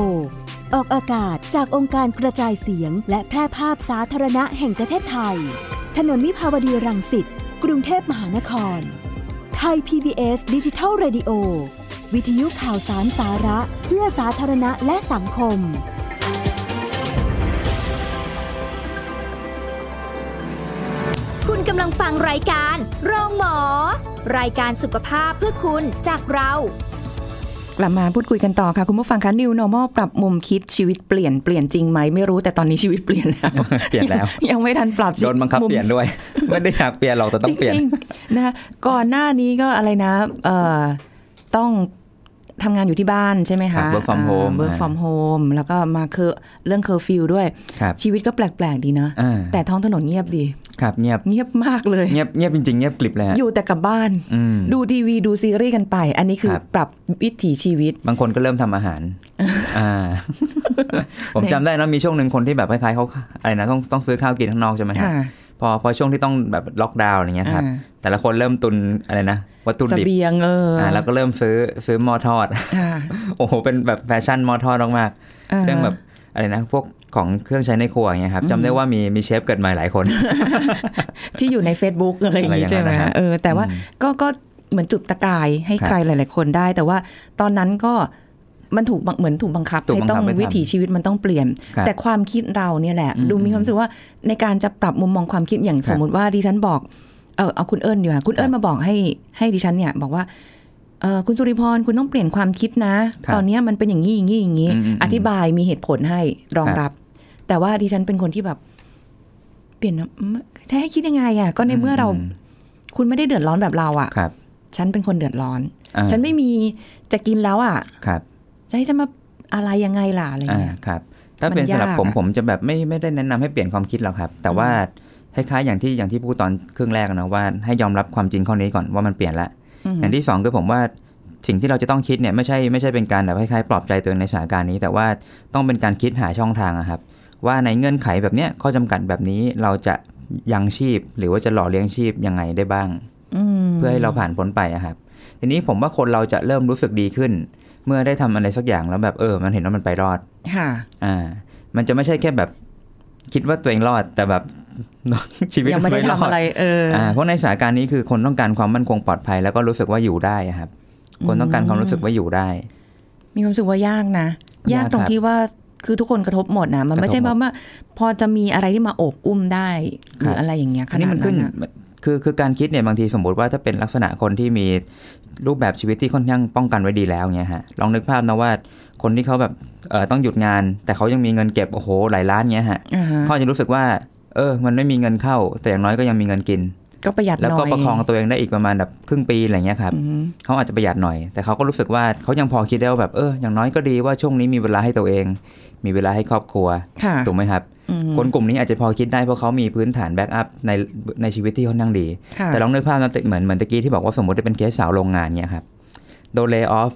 S5: ออกอากาศจากองค์การกระจายเสียง และแพร่ภาพสาธารณะแห่งประเทศไทย ถนนวิภาวดีรังสิต กรุงเทพมหานคร ไทย PBS ดิจิทัล Radio วิทยุข่าวสารสาระเพื่อสาธารณะและสังคม
S1: คุณกำลังฟังรายการโรงหมอ รายการสุขภาพเพื่อคุณจากเรา
S2: กลับมาพูดคุยกันต่อค่ะคุณผู้ฟังคะ New Normal ปรับมุมคิดชีวิตเปลี่ยนเปลี่ยนจริงไหมไม่รู้แต่ตอนนี้ชีวิตเปลี่ยนแล้ว
S3: เปลี่ยนแล้ว
S2: ยังไม่ทันปรับ
S3: โดนบังคับ
S2: มุม
S3: เปลี่ยนด้วย ไม่ได้อยากเปลี่ยนหรอกแต่ต้องเปลี่ยน
S2: จริๆนะคะก่อนหน้านี้ก็อะไรนะเอ่อต้องทำงานอยู่ที่บ้านใช่ไหม
S3: ครั
S2: คะ
S3: บ work from home
S2: เบิร์กฟอร์มโฮมแล้วก็มาเคอเรื่องเคอร์ฟิวด้วย
S3: ครับ
S2: ชีวิตก็แปลก ๆ ดีนะ
S3: อ่า
S2: แต่ท้องถนนเงียบดี
S3: ครับเงียบ
S2: เงียบมากเลย
S3: เงียบเงียบจริงๆเงียบกลิบเลยฮะ
S2: อยู่แต่กับบ้าน
S3: อืม
S2: ดูทีวีดูซีรีส์กันไป อันนี้คือ
S3: ครับ
S2: ปรับวิถีชีวิต
S3: บางคนก็เริ่มทำ อาหาร อ่า ผมจำได้นะมีช่วงหนึ่งคนที่แบบคล้ายๆเขาอะไรนะต้องต้องซื้อข้าวกินข้างนอกใช่ไหมฮะ
S2: ค่ะ
S3: พอพอช่วงที่ต้องแบบล็อกดาวน์อย่างเงี้ยครับ
S2: อ่า
S3: แต่ละคนเริ่มตุนอะไรนะวัตถุ
S2: เส
S3: ดิบ
S2: บียงเอออ
S3: อ่าแล้วก็เริ่มซื้อซื้อหม้อทอด
S2: ค่ะ
S3: โอ้โหเป็นแบบแฟชั่นหม้อทอดมาก
S2: า
S3: ๆเรื่องแบบอะไรนะพวกของเครื่องใช้ในครัวอย่างเงี้ยครับจำได้ว่ามีมีเชฟเกิดใหม่หลายคน
S2: ที่อยู่ใน Facebook อะไรอย่างงี้
S3: อะไรอย่าง
S2: ใช่ไหม
S3: นั้นนะฮะ
S2: เออแต่ว่า
S3: อืม
S2: ก็ก็เหมือนจุดประกายให้
S3: ครับ
S2: ใครหลาย ๆ คนได้ แต่ว่าตอนนั้นก็มันถูกบังเหมือนถูกบังคับ
S3: ถูก
S2: ให้
S3: บังคับ
S2: ต้อง
S3: ให้ทำ
S2: วิถีชีวิตมันต้องเปลี่ยน
S3: ครับ
S2: แต่ความคิดเราเนี่ยแหละ
S3: อืม
S2: ดูมีความรู้สึกว่าในการจะปรับมุมมองความคิดอย่าง
S3: ครับ
S2: สมมุติว่าดิฉันบอกเออเอาคุณเอิญดีกว่าคุณเอิญ
S3: ครับ
S2: มาบอกให้ให้ดิฉันเนี่ยบอกว่าเออคุณสุริพรคุณต้องเปลี่ยนความคิดนะ
S3: ครับ
S2: ตอนเนี้ยมันเป็นอย่างนี้อย่างนี้อย่างนี้
S3: อืมอืมอืม
S2: อธิบายมีเหตุผลให้รอง
S3: ครับ
S2: รับ แต่ว่าดิฉันเป็นคนที่แบบ เปลี่ยนนะอืมจะให้คิดยังไงอ่ะก็ในเมื่อเราคุณไม่ได้เดือดร้อนแบบเราอ่ะ
S3: ครับ
S2: ฉันเป็นคนเดือดร้อน
S3: อ่า
S2: ฉันไม่มีจะกินแล้วอ่ะ
S3: ครับ
S2: จะให้ฉันมาอะไรยังไงล่ะอะไร
S3: อ่า
S2: เงี้ย
S3: ครับถ้า
S2: มัน
S3: เป็นสำหรับ
S2: ยาก
S3: ผม
S2: อะ
S3: ผมจะแบบไม่ไม่ได้แนะนำให้เปลี่ยนความคิดหรอกครับ แต่ว่าคล้ายๆอย่างที่อย่างที่พูดตอนครึ่งแรกอะนะว่าให้ยอมรับความจริงข้อนี้ก่อนว่ามันเปลี่ยนละ
S2: อืม
S3: อย่างที่สองคือผมว่าสิ่งที่เราจะต้องคิดเนี่ยไม่ใช่ไม่ใช่เป็นการแบบคล้ายๆปลอบใจตัวเองในสถานการณ์นี้ แต่ว่าต้องเป็นการคิดหาช่องทางอะครับ ว่าในเงื่อนไขแบบเนี้ยข้อจำกัดแบบนี้เราจะยังชีพ หรือว่าจะหล่อเลี้ยงชีพยังไงได้บ้าง
S2: ม
S3: เพื่อให้เราผ่านพ้นไปอะครับ ทีนี้ผมว่าคนเราจะเริ่มรู้สึกดีขึ้น เมื่อได้ทำอะไรสักอย่างแล้วแบบเออ มันเห็นว่ามันไปรอด
S2: ค่ะ
S3: อ่ามันจะไม่ใช่แค่แบบคิดว่าตัวเองรอดแต่แบบ ชีวิต
S2: ยังไม่ได้ทำอะไร เอออ
S3: อ่าเพราะในสถานการณ์นี้คือคนต้องการความมั่นคงปลอดภัย แล้วก็รู้สึกว่าอยู่ได้อะครับ คนต้องการความรู้สึกว่าอยู่ได้
S2: มีความรู้สึกว่ายากนะ ยาย
S3: าก ก
S2: ตรง
S3: ครับ
S2: ที่ว่าคือทุกคนกระทบหมดนะมันไม่ใช่
S3: กระทบหมด
S2: ว่าพอจะมีอะไรที่มาโอบอุ้มได้หรือ
S3: ครับ
S2: อะไรอย่างเงี้ยข
S3: อันนี้
S2: นาด
S3: มัน
S2: นั้
S3: ขึ้น
S2: นอะ
S3: คือคือการคิดเนี่ยบางทีสมมติว่าถ้าเป็นลักษณะคนที่มีรูปแบบชีวิตที่ค่อนข้างป้องกันไว้ดีแล้วเนี่ยฮะลองนึกภาพนะว่าคนที่เขาแบบเออต้องหยุดงาน แต่เขายังมีเงินเก็บโอ้โหหลายล้านเนี่ยฮะ
S2: อ่าฮะ
S3: เขาอาจจะรู้สึกว่า เออ มันไม่มีเงินเข้า แต่อย่างน้อยก็ยังมีเงินกิน
S2: ก็ประหยัดหน่อย
S3: แล้วก็ประคองตัวเองได้อีกประมาณแบบครึ่งปีอะไรเงี้ยครับ
S2: อืม
S3: เขาอาจจะประหยัดหน่อย แต่เขาก็รู้สึกว่าเขายังพอคิดได้ว่าแบบเอออย่างน้อยก็ดีว่าช่วงนี้มีเวลาให้ตัวเอง มีเวลาให้ครอบครัว
S2: ค่ะ
S3: ถูกไหมครับ
S2: อืม
S3: คนกลุ่มนี้อาจจะพอคิดได้เพราะเขามีพื้นฐานแบ็กอัพในในชีวิตที่ค่อนข้างดี
S2: ค่ะ
S3: แต่ลองนึกภาพนะเหมือนเหมือนตะกี้ที่บอกว่าสมมติจะเป็นเคสสาวโรงงานเนี่ยครับโดนเล y o ออฟ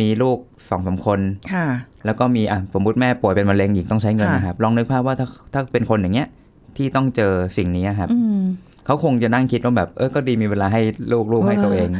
S3: มีลูกสองสามคน
S2: ค่ะ
S3: แล้วก็มีอ่ะสมมติแม่ป่วยเป็นมะเร็งอีกต้องใช้เงิน
S2: ค่ะ
S3: นะครับลองนึกภาพว่าถ้าถ้าเป็นคนอย่างเงี้ยที่ต้องเจอสิ่งนี้ครับ
S2: อืม
S3: เขาคงจะนั่งคิดว่าแบบเออก็ดีมีเวลาให้ลูกลูกให้ตัวเอง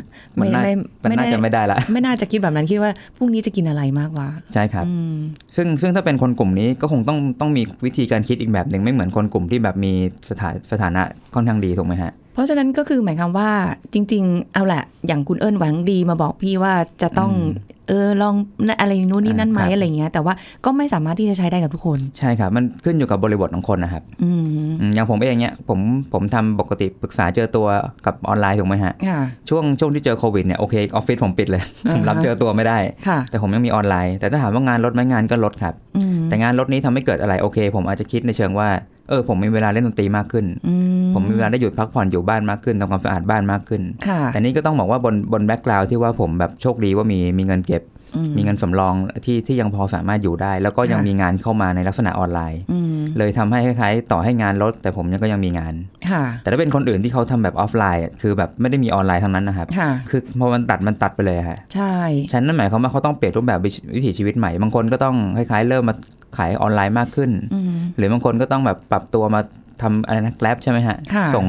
S3: มันน่า
S2: ไม่ไม่
S3: มัน
S2: ไม่
S3: น่า
S2: ได้
S3: จะไม่ได้ละ
S2: ไม่น่าจะคิดแบบนั้นคิดว่าพรุ่งนี้จะกินอะไรมากกว่า
S3: ใช่ครับ
S2: อืม
S3: ซึ่งซึ่งถ้าเป็นคนกลุ่มนี้ก็คงต้องต้องมีวิธีการคิดอีกแบบหนึ่งไม่เหมือนคนกลุ่มที่แบบมีสถาสถานะค่อนข้างดีถูกไหมฮะ
S2: เพราะฉะนั้นก็คือหมายความว่าจริง ๆ เอาแหละอย่างคุณเอิญหวังดีมาบอกพี่ว่าจะต้อง
S3: อืม
S2: เออลองนะอะไรนู่นนี่นั่นไหม
S3: อ่าครับ
S2: อะไรอย่างเงี้ยแต่ว่าก็ไม่สามารถที่จะใช้ได้กับทุกคน
S3: ใช่ครับ มันขึ้นอยู่กับบริบทของคนนะครับ
S2: อืม
S3: อืมอย่างผมเองเนี้ยผมผมทำปกติปรึกษาเจอตัวกับออนไลน์ถูกไหมฮะ
S2: ค่ะ
S3: ช่วงช่วงที่เจอโควิดเนี่ยโอเคออฟฟิศผมปิดเลย
S2: อ่า
S3: ผ
S2: ฮะ
S3: มรับเจอตัวไม่ได้
S2: ค่ะ
S3: แต่ผมยังมีออนไลน์ แต่ถ้าถามว่างานลดไหมงานก็ลดครับ
S2: อืม
S3: แต่งานลดนี้ทำให้เกิดอะไรโอเค ผมอาจจะคิดในเชิงว่าเออผมมีเวลาเล่นดนตรีมากขึ้น
S2: อื
S3: ผมมีเวลาได้หยุดพักผ่อนอยู่บ้านมากขึ้นทำความสะอาดบ้านมากขึ้น
S2: ค่ะ
S3: แต่นี่ก็ต้องบอกว่าบนบนแบ็กกราวที่ว่าผมแบบโชคดีว่ามีมีเงินเก็บ
S2: อื
S3: มีเงินสำรองที่ที่ยังพอสามารถอยู่ได้ แล้วก็ยังมีงานเข้ามาในลักษณะออนไลน์
S2: อืม
S3: เลยทำให้คล้ายๆ ต่อให้งานลด แต่ผมยังก็ยังมีงาน
S2: ค่ะ
S3: แต่ถ้าเป็นคนอื่นที่เขาทำแบบออฟไลน์อะคือแบบไม่ได้มีออนไลน์ทั้งนั้นนะครับ
S2: ค่ะ
S3: คือพอมันตัดมันตัดไปเลยฮะ
S2: ใช่
S3: ฉะนันนั่นหมายความว่าเขาต้องเปลี่ยนรูปแบบวิถีชีวิตใหม่บางคนก็ต้องคล้ายๆ เริ่มมาขายออนไลน์มากขึ้น
S2: อืม
S3: หรือบางคนก็ต้องแบบปรับตัวมาทำอะไรนะ grab ใช่ไหมฮะ
S2: ค่ะ
S3: ส่ง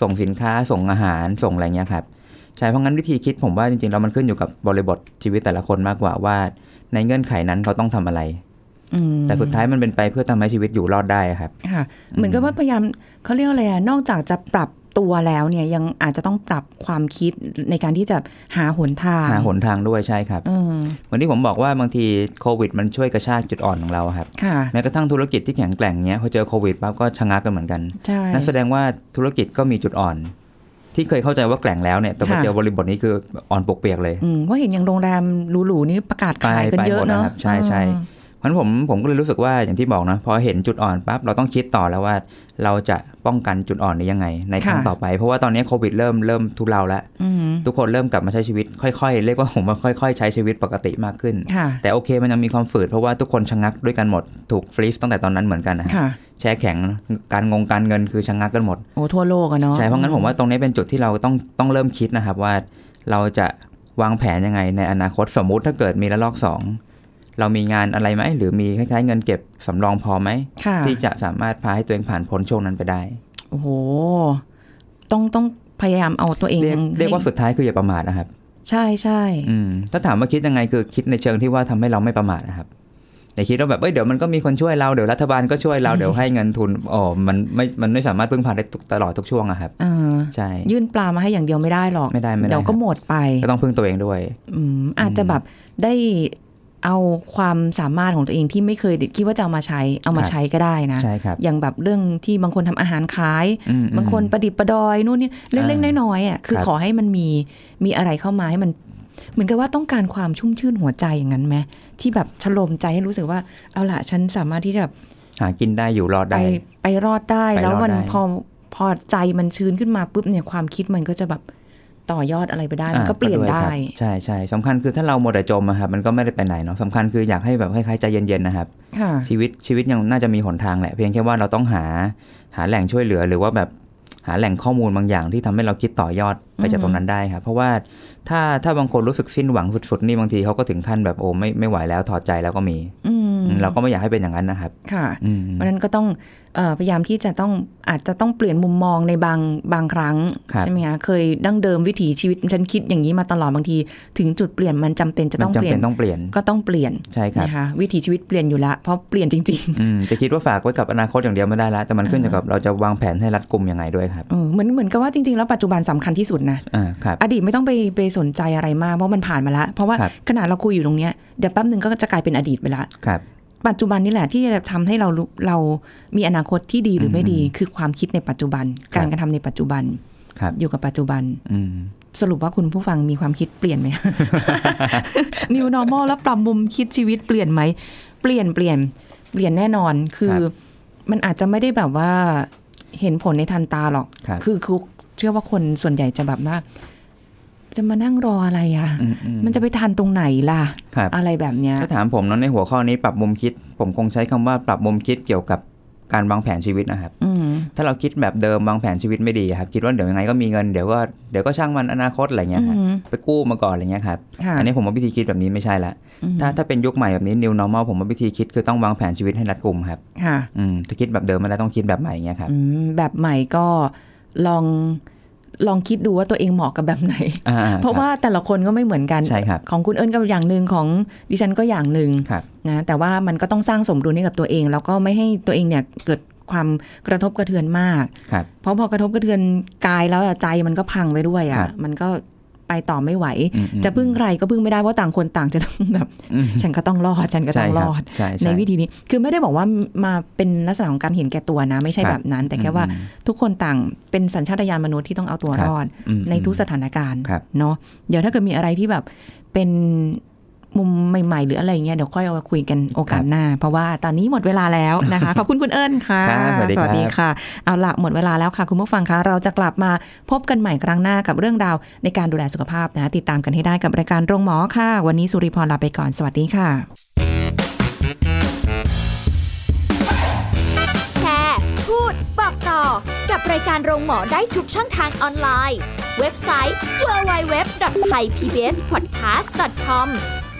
S3: ส่งสินค้าส่งอาหารส่งอะไรเงี้ยครับใช่เพราะงั้นวิธีคิดผมว่าจริงๆแล้วมันขึ้นอยู่กับบริบทชีวิตแต่ละคนมากกว่าว่าในเงื่อนไขนั้นเขาต้องทำอะไร
S2: อืม
S3: แต่สุดท้ายมันเป็นไปเพื่อทำให้ชีวิตอยู่รอดได้ครับ
S2: ค่ะเหมือนกับว่าพยายามเขาเรียกว่าอะไรอะนอกจากจะปรับตัวแล้วเนี่ยยังอาจจะต้องปรับความคิดในการที่จะหาหนทาง
S3: หาหนทางด้วยใช่ครับ
S2: เออ
S3: เหมือนที่ผมบอกว่าบางทีโควิด มันช่วยกระชากจุดอ่อนของเราครับ
S2: ค่ะ
S3: แม้กระทั่งธุรกิจที่แข็งแกร่งเนี้ยพอเจอโควิดปั๊บก็ชะงักกันเหมือนกัน
S2: ใช่
S3: นั่นแสดงว่าธุรกิจก็มีจุดอ่อน ที่เคยเข้าใจว่าแกร่งแล้วเนี่ยแต่พอ
S2: ค่ะ
S3: เจอบริบทนี้คืออ่อนปวกเปียกเลย
S2: อืมเพราะเห็นอย่างโรงแรมหรูๆนี่ประกาศขายกัน
S3: ไปไป
S2: เยอะเนาะ
S3: หมดนะครับใช่ใช่ เพราะฉะนั้นผมผมก็เลยรู้สึกว่าอย่างที่บอกนะพอเห็นจุดอ่อนปั๊บเราต้องคิดต่อแล้วว่า เราจะป้องกันจุดอ่อนนี้ยังไง ในครั้งต่อไปเพราะว่าตอนนี้โควิดเริ่มเริ่มทุเลาแล้ว
S2: อืม
S3: ทุกคนเริ่มกลับมาใช้ชีวิตค่อยๆ เรียกว่าผมว่าค่อยๆ ใช้ชีวิตปกติมากขึ้น
S2: ค่ะ
S3: แต่โอเคมันยังมีความฝืดเพราะว่าทุกคนชะงักด้วยกันหมดถูกฟรีซตั้งแต่ตอนนั้นเหมือนกันนะฮะ
S2: ค่ะ
S3: แช่แข็งการงงการเงินคือชะงักกันหมด
S2: โอ้ทั่วโลกอะเนาะ
S3: ใช่ เพราะงั้นผมว่าตรงนี้เป็นจุดที่เราต้องต้องเริ่มคิดนะครับว่าเราจะวางแผนยังไงในอนาคตสมมุติถ้าเกิดมีระลอกสองเรามีงานอะไรไหม หรือมีคล้ายๆเงินเก็บสำรองพอไหม
S2: ค่ะ
S3: ที่จะสามารถพาให้ตัวเองผ่านพ้นช่วงนั้นไปได้
S2: โอ้โหต้องต้องพยายามเอาตัวเอง
S3: เรียกเรียกว่า
S2: ให้
S3: สุดท้ายคืออย่าประมาทนะครับ
S2: ใช่ใช่
S3: อืมถ้าถามว่าคิดยังไงคือคิดในเชิงที่ว่าทำให้เราไม่ประมาทนะครับอย่าคิดว่าแบบเอ้ยเดี๋ยวมันก็มีคนช่วยเราเดี๋ยวรัฐบาลก็ช่วย เราเดี๋ยวให้เงินทุนอ๋อมันไม่มันไม่สามารถพึ่งพาได้ทุกตลอดทุกช่วงอะครับ
S2: เออ
S3: ใช่
S2: ยื่นปลามาให้อย่างเดียวไม่ได้หรอก
S3: ไม่ได้ไม่ได้
S2: เดี๋ยวก็หมดไป
S3: ก็ต้องพึ่งตัวเองด้วย
S2: อืมอาจจะแบบได้เอาความสามารถของตัวเองที่ไม่เคยคิดว่าจะเอามาใช้เอามา
S3: ครับ
S2: ใช้ก็ได้นะ
S3: ใช่ครับ
S2: อย่างแบบเรื่องที่บางคนทำอาหารขาย
S3: อืม
S2: บางคนประดิษฐ์ประดอยนู่นนี่เล็ก
S3: อ่า
S2: ๆน้อยๆอ่ะคือ
S3: ครับ
S2: ขอให้มันมีมีอะไรเข้ามาให้มัน เหมือนกับว่าต้องการความชุ่มชื่นหัวใจอย่างนั้นไหมที่แบบฉลมใจให้รู้สึกว่าเอาละฉันสามารถที่จะ
S3: หากินได้อยู่รอด
S2: ไป
S3: ได้
S2: ไปรอดได้
S3: ไปรอด
S2: แล้วมัน
S3: ได้
S2: พอพอใจมันชื้นขึ้นมาปุ๊บเนี่ยความคิดมันก็จะแบบต่อยอดอะไรไปได้ มันก็
S3: า
S2: เปลี่ยน
S3: วค
S2: ได้
S3: รับใช่ใช่สำคัญคือถ้าเราโมวแต่จมอะครับมันก็ไม่ได้ไปไหนเนาะสำคัญคืออยากให้แบบคล้ายๆใจเย็นๆนะครับ
S2: ค่ะ
S3: ชีวิตชีวิตยังน่าจะมีหนทางแหละ เพียงแค่ว่าเราต้องหาหาแหล่งช่วยเหลือ หรือว่าแบบหาแหล่งข้อมูลบางอย่างที่ทำให้เราคิดต่อยอดไปจากตรงนั้นได้ครับเพราะว่าถ้าถ้าบางคนรู้สึกสิ้นหวังสุดๆนี่บางทีเขาก็ถึงขั้นแบบโอ้ไม่ไม่ไหวแล้วถอดใจแล้วก็มี
S2: อืม
S3: อืมเราก็ไม่อยากให้เป็นอย่างนั้นนะครับ
S2: ค่ะ
S3: อืม
S2: เพราะฉะนั้นก็ต้องเอ่อพยายามที่จะต้องอาจจะต้องเปลี่ยนมุมมองในบางบางครั้ง
S3: ครับ
S2: ใช่ไหมคะเคยดั้งเดิมวิถีชีวิตฉันคิดอย่างนี้มาตลอดบางที ถึงจุดเปลี่ยนมันจำเป็นจะ
S3: มั
S2: ต้อนง
S3: จำ
S2: เปลี่ย
S3: เป็น นต้องเปลี่ยน
S2: ก็ต้องเปลี่ยน
S3: ใช่ครับ
S2: นะคะวิถีชีวิตเปลี่ยนอยู่แล้วเพราะเปลี่ยนจริง
S3: อืมจะคิดว่าฝากไว้กับอนาคตอย่างเดียวไม่ได้ละแต่มันขึ้นอยู่กับเราจะวางแผนให้รัดกุมยังไงด้วยครับ
S2: ๆเออเหมือนเหมือนกับว่าจริงๆแล้วปัจจุบันสำคัญที่สุดนะ
S3: อ่าครับ
S2: อดีตไม่ต้องไปไปสนใจอะไรมากเพราะมันผ่านมาแล้ว เพราะว่า
S3: ครับ
S2: ขนาดเราคุยอยู่ตรงเนี้ยเดี๋ยวแป๊บหนึ่งก็จะกลายเป็นอดีตไปละ
S3: ครับ
S2: ปัจจุบันนี่แหละที่จะทำให้เรารู้เรามีอนาคตที่ดีหรือไม่ดี คือความคิดในปัจจุบัน
S3: ครับ
S2: การกระทำในปัจจุบัน
S3: ครับ
S2: อยู่กับปัจจุบัน
S3: อืม
S2: สรุปว่าคุณผู้ฟังมีความคิดเปลี่ยนไหม New Normal แล้วปรับมุมคิดชีวิตเปลี่ยนไหม เปลี่ยนเปลี่ยนเปลี่ยนแน่นอน คือ
S3: ครับ
S2: มันอาจจะไม่ได้แบบว่าเห็นผลในทันตาหรอก
S3: ครับ
S2: อคือเชื่อว่าคนส่วนใหญ่จะแบบว่า จะมานั่งรออะไรอ่ะ
S3: อือื
S2: มันจะไปทันตรงไหนล่ะ
S3: ครับ
S2: อะไรแบบเนี้ย
S3: ถ้าถามผมเนาะในหัวข้อนี้ปรับมุมคิด ผมคงใช้คำว่าปรับมุมคิดเกี่ยวกับการวางแผนชีวิตนะครับ
S2: อืม
S3: ถ้าเราคิดแบบเดิมวางแผนชีวิตไม่ดีครับคิดว่าเดี๋ยวยังไงก็มีเงินเดี๋ยวก็เดี๋ยวก็ช่างมันอนาคตอะไรเงี้ยครับ
S2: อืม
S3: ไปกู้มาก่อนอะไรเงี้ยครับ
S2: ค่ะ
S3: อันนี้ผมว่าวิธีคิดแบบนี้ไม่ใช่ละ
S2: อืม
S3: ถ้าถ้าเป็นยุคใหม่แบบนี้ new normal ผมว่าวิธีคิดคือต้องวางแผนชีวิตให้รัดกุมครับ
S2: ค่ะ
S3: อืมถ้าคิดแบบเดิมไม่ได้ต้องคิดแบบใหม่เงี้ยครับ
S2: อืมแบบใหม่ก็ลองลองคิดดูว่าตัวเองเหมาะกับแบบไหน
S3: อ่คบ
S2: เพราะว่าแต่ละคนก็ไม่เหมือนกัน
S3: ใช่ครับ
S2: ของคุณเอิญก็อย่างหนึ่งของดิฉันก็อย่างหนึ่ง
S3: ครับ
S2: นะแต่ว่ามันก็ต้องสร้างสมดุลให้กับตัวเอง แล้วก็ไม่ให้ตัวเองเนี่ยเกิดความกระทบกระเทือนมาก
S3: ครับ
S2: เพราะพอกระทบกระเทือนกายแล้วอะใจมันก็พังไปด้วย
S3: ครั
S2: อะ่ะ
S3: บ
S2: มันก็ไปต่อไม่ไหว
S3: อืมอืม
S2: จะพึ่งใครก็พึ่งไม่ได้เพราะต่างคนต่างจะต้องแบบ
S3: อืม
S2: ฉันก็ต้องรอดฉันก็ต้องรอด
S3: ใช่ครับ
S2: ใน
S3: ช่ช่
S2: วิธีนี้คือไม่ได้บอกว่ามาเป็นลักษณะของการเห็นแก่ตัวนะ ไม่ใช่
S3: ครับ
S2: แบบนั้น แต่แค่ว่า
S3: อืม
S2: ทุกคนต่างเป็นสัญชาตญาณมนุษย์ที่ต้องเอาตัว
S3: ค
S2: ร
S3: รับ
S2: อด
S3: อืม
S2: ในทุกสถานการณ์
S3: ครับ
S2: เนาะเดี๋ยวถ้าเกิดมีอะไรที่แบบเป็นมุมใหม่ ๆ หรืออะไรเงี้ยเดี๋ยวค่อยเอามาคุยกันโอกาสหน้า เพราะว่าตอนนี้หมดเวลาแล้วนะคะ ขอบคุณคุณเอิญค่ะ
S3: ครับสวัสดีครับ
S2: ค่ะ เอาละหมดเวลาแล้วค่ะ คุณผู้ฟังคะเราจะกลับมาพบกันใหม่ครั้งหน้ากับเรื่องราวในการดูแลสุขภาพนะ ติดตามกันให้ได้กับรายการโรงหมอค่ะ วันนี้สุริพรลาไปก่อนสวัสดีค่ะ
S1: แชร์ พูด บอกต่อ กับรายการโรงหมอได้ทุกช่องทางออนไลน์ เว็บไซต์ www.thaipbspodcast.com